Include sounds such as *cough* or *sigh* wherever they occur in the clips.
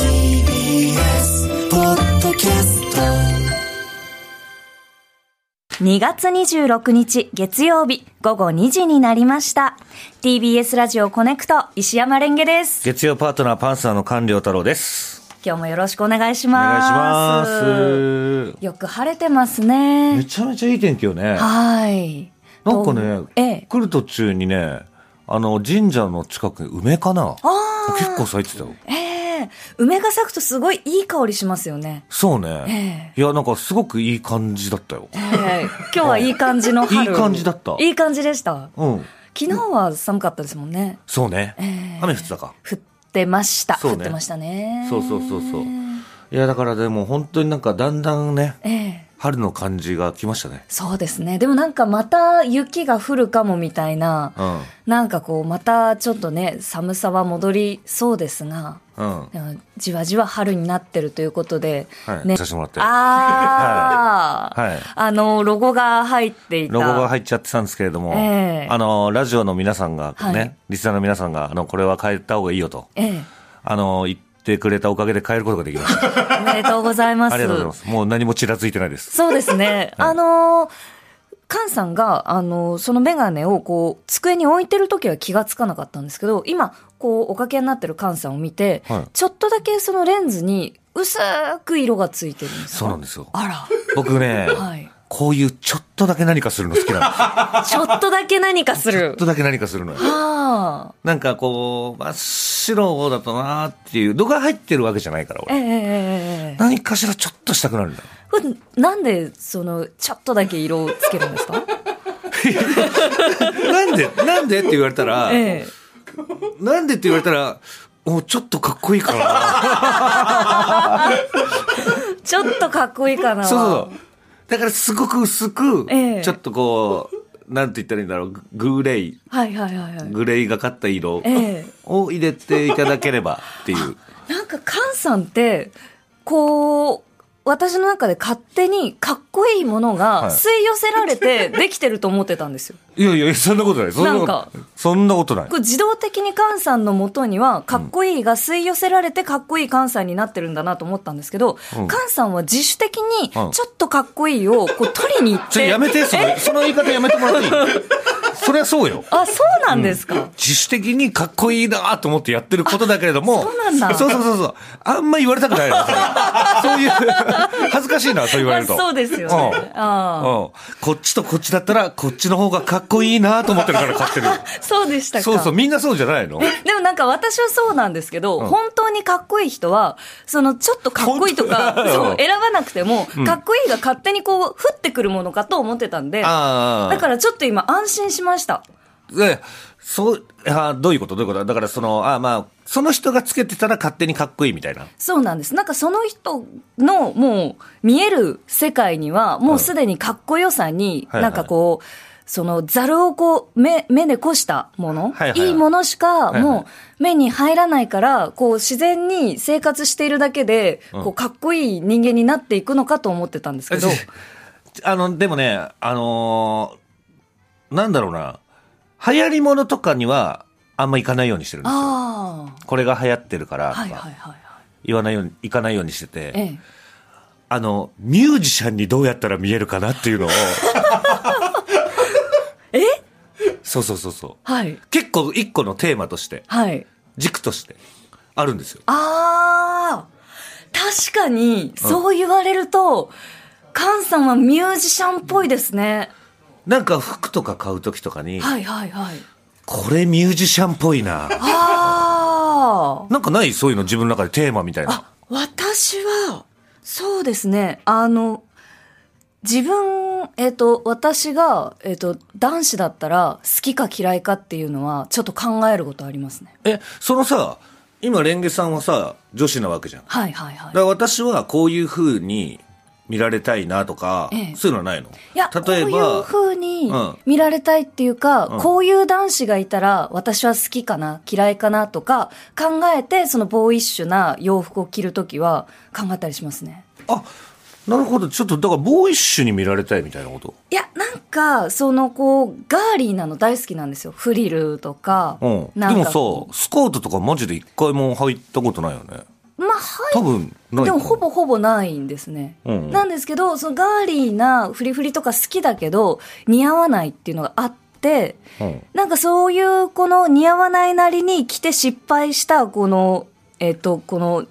TBS ポッドキャスト2月26日月曜日午後2時になりました。TBS ラジオコネクト石山レンゲです。月曜パートナーパンサーの官僚太郎です。今日もよろしくお願いしお願いしま。ますす。よく晴れてますめね。ちゃめちゃいい天気よね。はい。なんどかうね、ええ。来る途中にね、あの、神社の近くに梅かな結構咲いてたよ。ええ梅が咲くとすごいいい香りしますよね。そうね。いや、なんかすごくいい感じだったよ。 *laughs* ええ今日はいい感じの春。いい感じだったいい感じでした。うん。昨日は寒かったですもんね。そうねええ。雨降ってたか。降ってました。そう降ねってましたね。そうそうそうそう。いや、だからでも本当になんかだんだんね、ええ春の感じが来ましたね。そうですね。でもなんかまた雪が降るかもみたいな、うなんかこうまたちょっとね、寒さは戻りそうですが、ん。うん。でもじわじわ春になってるということで、はい。ねさせてもらって。あー、はいはいあの、ロゴが入っていた。ロゴが入っちゃってたんですけれども、ええあの、ラジオの皆さんがね、はいリスナーの皆さんが、あの、これは変えた方がいいよと、ええあの、言ってくれたおかげで変えることができました。おめでとうございます。ありがとうございます。もう何もちらついてないです。そうですね。あのー、カンさんが、あのー、そのメガネをこう、机に置いてる時は気がつかなかったんですけど、今、こう、おかけになってるカンさんを見て、はいちょっとだけそのレンズに薄く色がついてるんですよそうなんですよ。あ僕ね、ら、はい。こういうちょっとだけ何かするの好きなんですよ。ちょっとだけ何かすちょるっ。とだけ何かするのよ。あなんかこう、真っ白だとなーっていう、度が入ってるわけじゃないから、あ。え俺。えええええ何かしらちょっとしたくなるんだよ。これなんで、その、ちょっとだけ色をつけるんですか *laughs* なんで、なんでって言われたら、 *laughs* ええ。なんでって言われたら、もうちょっとかっこいいからな。ちょっとかっこいいかな。そうそうそう。だからすごく薄く、ええちょっとこう、なんて言ったらいいんだろう、ググレー、はいはいはいはい。グレーがかった色ええを入れていただければっていう。なんか、カンさんって、こう、私の中で勝手にかっこいいものはがい吸い寄せられてできてると思ってたんです *laughs* よ。 *laughs* いやいや、そんなことない。そんなことなそんなことないこ。れ自動的にカンさんの元には、かっこいいが吸い寄せられてかっこいいカンさんになってるんだなと思ったんですけど、うんカンさんは自主的に、ちうょんっとかっこいいをこう取りに行っちょ、 *laughs* て。やめて、その、その言い方やめてもらっていいそりゃそうよ。あ、そうなんですか。自主的にかっこいいなと思ってやってることだけれども。そうなんだそうそうそうそう。あんま言われたくないな。そういう、恥ずかしいな、そう言まわれあると。そうですようんね。あうん、こっちとこっちだったら、こっちの方がかっこいいなと思ってるから *laughs* 買ってる。あそうでしたか。そうそう、みんなそうじゃないの *laughs* でもなんか私はそうなんですけど、うん本当にかっこいい人は、そのちょっとかっこいいと本当か、だよそう、選ばなくても、んかっこいいが勝手にこう、降ってくるものかと思ってたんで、だああ。からちょっと今安心しました。ら、え、そう、あーどういうことどういうことだからその、あーまあ、その人がつけてたら勝手にかっこいいみたいな。そうなんです。なんかその人のもう見える世界には、もうすでにかっこよさに、はいはないんかこう、そのざるをこう目、目でこしたもの、はいいはいはいいものしかはいはいもう目に入らないから、こう自然に生活しているだけで、うんこうかっこいい人間になっていくのかと思ってたんですけど、あの、でもね、あのーなんだろうな、流行り物とかには、あんま行かないようにしてるんですよ。あこれが流行ってるからあ、とか、はいはいはいはい。言わないように、行かないようにしてて、ええ、あの、ミュージシャンにどうやったら見えるかなっていうのを。 *laughs* えそうそうそうそう。はい、結構一個のテーマとして、はい。軸として、あるんですよ。ああ、確かに、そう言われると、カンさんはミュージシャンっぽいですね。なんか服とか買う時とかに、はいはいはい。これミュージシャンっぽいな。ああ、なんかないそういうの自分の中でテーマみたいな。私は、そうですね、あの、自分、えっ、と、私が、えっ、と、男子だったら、好きか嫌いかっていうのは、ちょっと考えることありますね。え、そのさ、今レンゲさんはさ、女子なわけじゃん。だはいはいはいか。ら私はこういう風に、見られたいなとか、ええそういうのはないのいや、例えこば、ういう風にうん見られたいっていうか、うんこういう男子がいたら私は好きかな、嫌いかなとか考えて、そのボーイッシュな洋服を着るときは考えたりしますね。あなるほどちょっとだからボーイッシュに見られたいみたいなこといや、なんか、その、こう、ガーリーなの大好きなんですよ。フリルとか。うんでなんもかこさスカートとかマジで一回も入ったことないよねうまあ、は。多分ないいでも、ほぼほぼないんですね。うんなんですけど、そのガーリーなフリフリとか好きだけど、似合わないっていうのがあって、うんなんかそういうこの似合わないなりに着て失敗したこの、えっと、この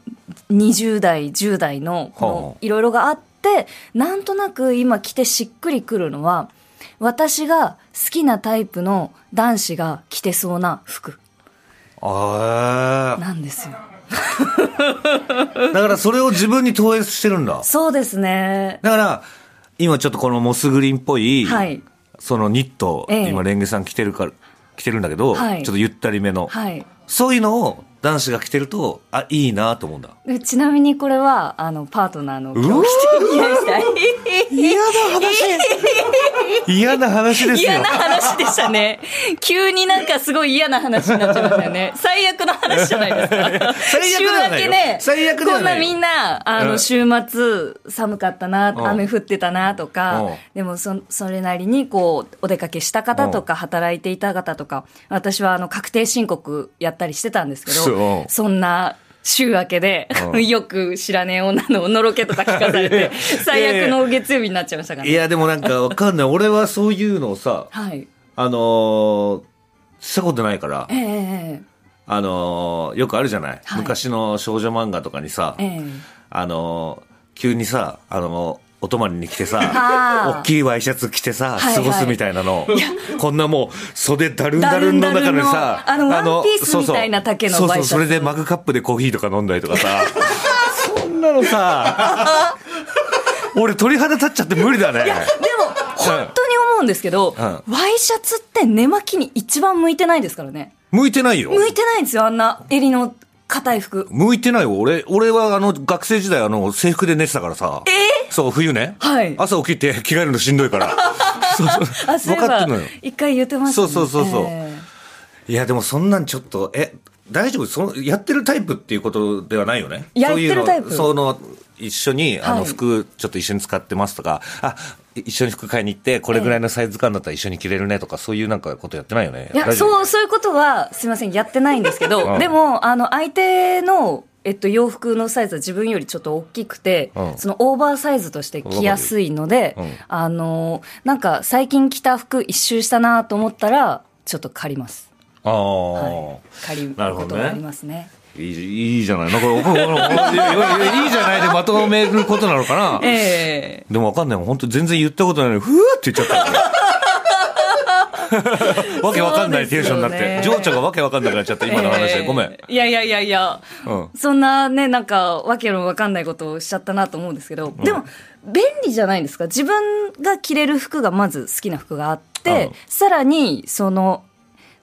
20代、10代のこはのあいろいろがあって、なんとなく今着てしっくりくるのは、私が好きなタイプの男子が着てそうな服あなんですよ。ーだからそれを自分に投影してるんだそうですね。だから今ちょっとこのモスグリーンっぽい、はいそのニット、ええ今レンゲさん着てるから着てるんだけど、はいちょっとゆったりめの、はい。そういうのを男子が着てるとあいいなと思うんだでちなみにこれは、あの、パートナーのうわ今日着てみました。嫌な話 *laughs* 嫌な話ですよ嫌な話でしたね。 *laughs* 急になんかすごい嫌な話になっちゃいましたよね。最悪の話じゃないですか。最悪ではない週明よけね、最悪ではないよこんなみんな、あうんの、週末寒かったな、うん雨降ってたなとうんか、でもそ、それなりにこう、お出かけした方とか、働いていた方とか、私はあの、確定申告やったりしてたんですけそど、うそんな、週明けで、うんよく知らねえ女ののろけとか聞 *laughs* かされて、最悪の月曜日になっちゃいましたからいね。やでもなんかわかんない俺はそういうのをさはい。あのーしたことないからええええあのーよくあるじゃない、はい昔の少女漫画とかにさ、ええあのー急にさあのーお泊まりに来てさあー大きいワイシャツ着てさはいはい過ごすみたいなの、こんなもう袖だるんだるんの中でさだるんだるんのあのワンピースみたいなそうそう丈のワイシャツそうそうそれでマグカップでコーヒーとか飲んだりと *laughs* かさそんなのさ俺鳥肌立っちゃって無理だねでも、本当に思うんですけど、うんワイシャツって寝巻きに一番向いてないですからね。向いてないよ向いてないんですよ、あんな襟の硬い服。向いてないよ。俺、俺はあの、学生時代あの、制服で寝てたからさ。そう、冬ね。はい朝起きて着替えるのしんどいから。そうあ、そそういえう。分かっばてんのよ。、一回言ってましたね。そうそうそうそうえいや、でもそんなんちょっと、え、大丈夫その、やってるタイプっていうことではないよね。やっそうていうのるタイプその、一緒に、あはの、い服、ちょっと一緒に使ってますとか、あ、一緒に服買いに行って、これぐらいのサイズ感だったら一緒に着れるねとか、そういうなんかことやってないよね。えいや、大丈夫そう、そういうことは、すいません、やってないんですけうど、んでも、あの、相手の、えっと、洋服のサイズは自分よりちょっと大きくて、うんそのオーバーサイズとして着やすいので、わかるようんあの、なんか最近着た服一周したなと思ったら、ちょっと借ります。ああ、はい、借りることがありますね。いい、いいじゃない。なんか、おこおこおこいやいやいいじゃないでまとめることなのかな。ええでもわかんないもん。本当全然言ったことないのに、ふーって言っちゃっ *laughs* たよ。わけわかんないテンションになっそうて。ですよ情ね緒がわけわかんなくなっちゃった、今の話で。ごめん。いやいやいやいや、うんそんなね、なんか、わけのわかんないことをしちゃったなと思うんですけど、でも、便利じゃないですか。自分が着れる服がまず好きな服があって、うんさらに、その、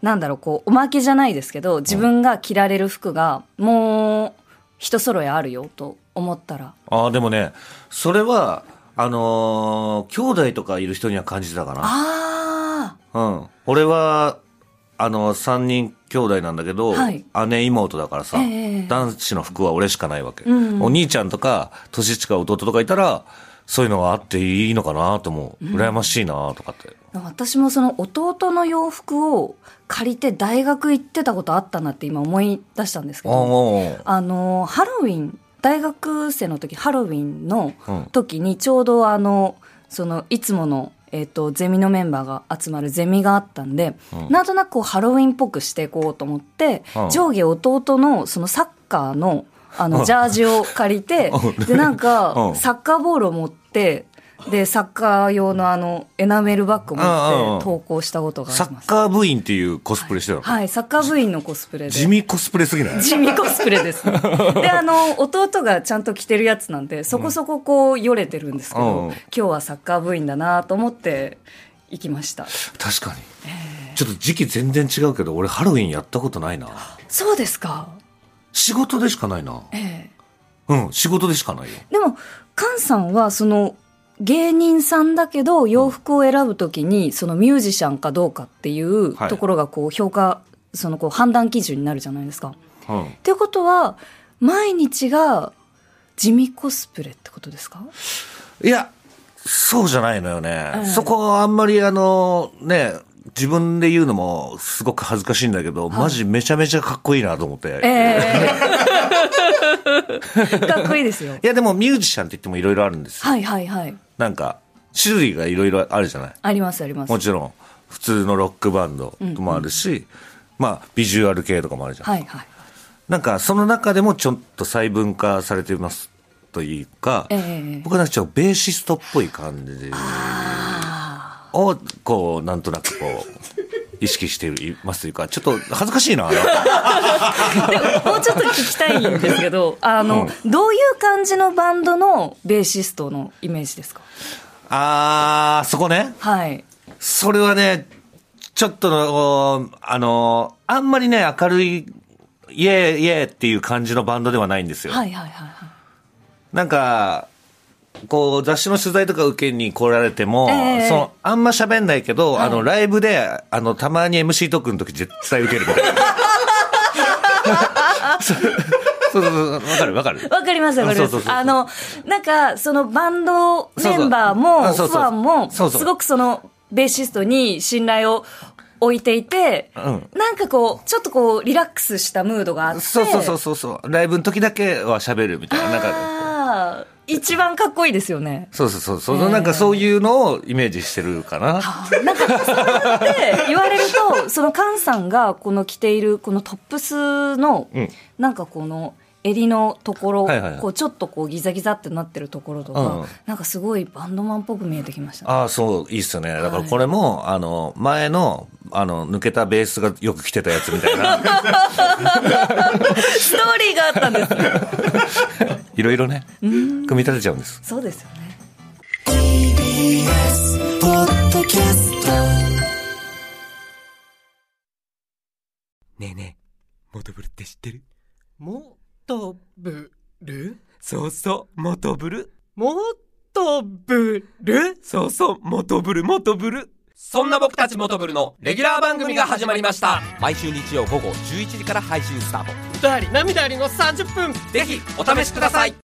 なんだろう、こう、おまけじゃないですけど、自分が着られる服が、もう、一揃えあるよと思ったら、ああ、でもね、それは、あのー兄弟とかいる人には感じてたかな。あうん。俺は、あの、三人兄弟なんだけど、はい姉妹だからさ、ええ男子の服は俺しかないわけ。うんお兄ちゃんとか、年近い弟とかいたら、そういうのがあっていいのかなと思う。羨ましいなとかって。あ、私もその弟の洋服を借りて大学行ってたことあったなって今思い出したんですけあど、ーあのハロウィン大学生の時ハロウィンのうん時にちょうどあのそのいつもの、えっとゼミのメンバーが集まるゼミがあったんで、うんなんとなくこうハロウィンっぽくしていこうと思って、うん上下弟のそのサッカーのあのジャージを借りて *laughs* うんでなんうかんサッカーボールを持ってでサッカー用のあのエナメルバッグうんうんを持っうんて投稿したことがあサりまッす。カー部員っていうコスプレしてたの、はい、サッカー部員のコスプレで。地味コスプレすぎない地味コスプレです、 *laughs* ね、であの弟がちゃんと着てるやつなんでそこそここうよれてるんですけど、うん今日はサッカー部員だなと思って行きました確かに。ちょっと時期全然違うけど、俺ハロウィンやったことないな。そうですか仕事でしかないな。ええうん、仕事でしかないよ。でも菅さんはその芸人さんだけど洋服を選ぶときにそのミュージシャンかどうかっていうはいところがこう評価そのこう判断基準になるじゃないですか。うんってことは毎日が地味コスプレってことですかいや、そうじゃないのよね。うんそこはあんまりあの、ね、自分で言うのもすごく恥ずかしいんだけど、マジめちゃめちゃかっこいいなと思って。ええ *laughs* かっこいいですよい。やでもミュージシャンって言ってもいろいろあるんですよ。はいはいはい。なんか、種類がいろいろあるじゃない。ありますあります。もちろん、普通のロックバンドもあるし、まあ、ビジュアル系とかもあるじゃん。はいはい。なんか、その中でもちょっと細分化されてますというか、ええ僕はなんかちょっとベーシストっぽい感じを、こう、なんとなくこう、意識していますというか、ちょっと恥ずかしいな。もうちょっと聞きたいんですけど、あの、どういう感じのバンドのベーシストのイメージですかあー、そこね。はい。それはね、ちょっとの、あの、あんまりね、明るい、イエーイエーっていう感じのバンドではないんですよ。はいはいはいはい。なんか、こう雑誌の取材とか受けに来られても、ええそのあんま喋んないけど、あのライブであのたまに MC トークの時絶対受けるみたいな。そうそうそうそうわかるわかる。わかりますわかりそうまそうそうす。あの、なんか、そのバンドメンバーそも、うそフうそうァンも、そうそうすごくその、ベーシストに信頼を置いていて、うんなんかこう、ちょっとこう、リラックスしたムードがあって、そうそうそうそうそうライブの時だけは喋るみたいななんか。あー一番かっこいいですよね。そうそうそうそのなんかそういうのをイメージしてるかな。なんか、そうやって言われると、その菅さんがこの着ている、このトップスの、うんなんかこの、襟のところ、はいはいはいこうちょっとこうギザギザってなってるところとか、うんなんかすごいバンドマンっぽく見えてきましたね。ああ、そう、いいっすよね。だからこれも、あの、前の、あの、抜けたベースがよく着てたやつみたいな、ストーリーがあったんですね。いろいろね、組み立てちゃうんです。そうですよね。 TBS ポッドキャストねえねえ、モトブルって知ってるもっとぶるそうそう、モトブル。もっとぶるそうそう、モトブル、モトブル。そんな僕たちモトブルのレギュラー番組が始まりました毎週日曜午後11時から配信スタート。歌あり涙ありの30分ぜひ、お試しください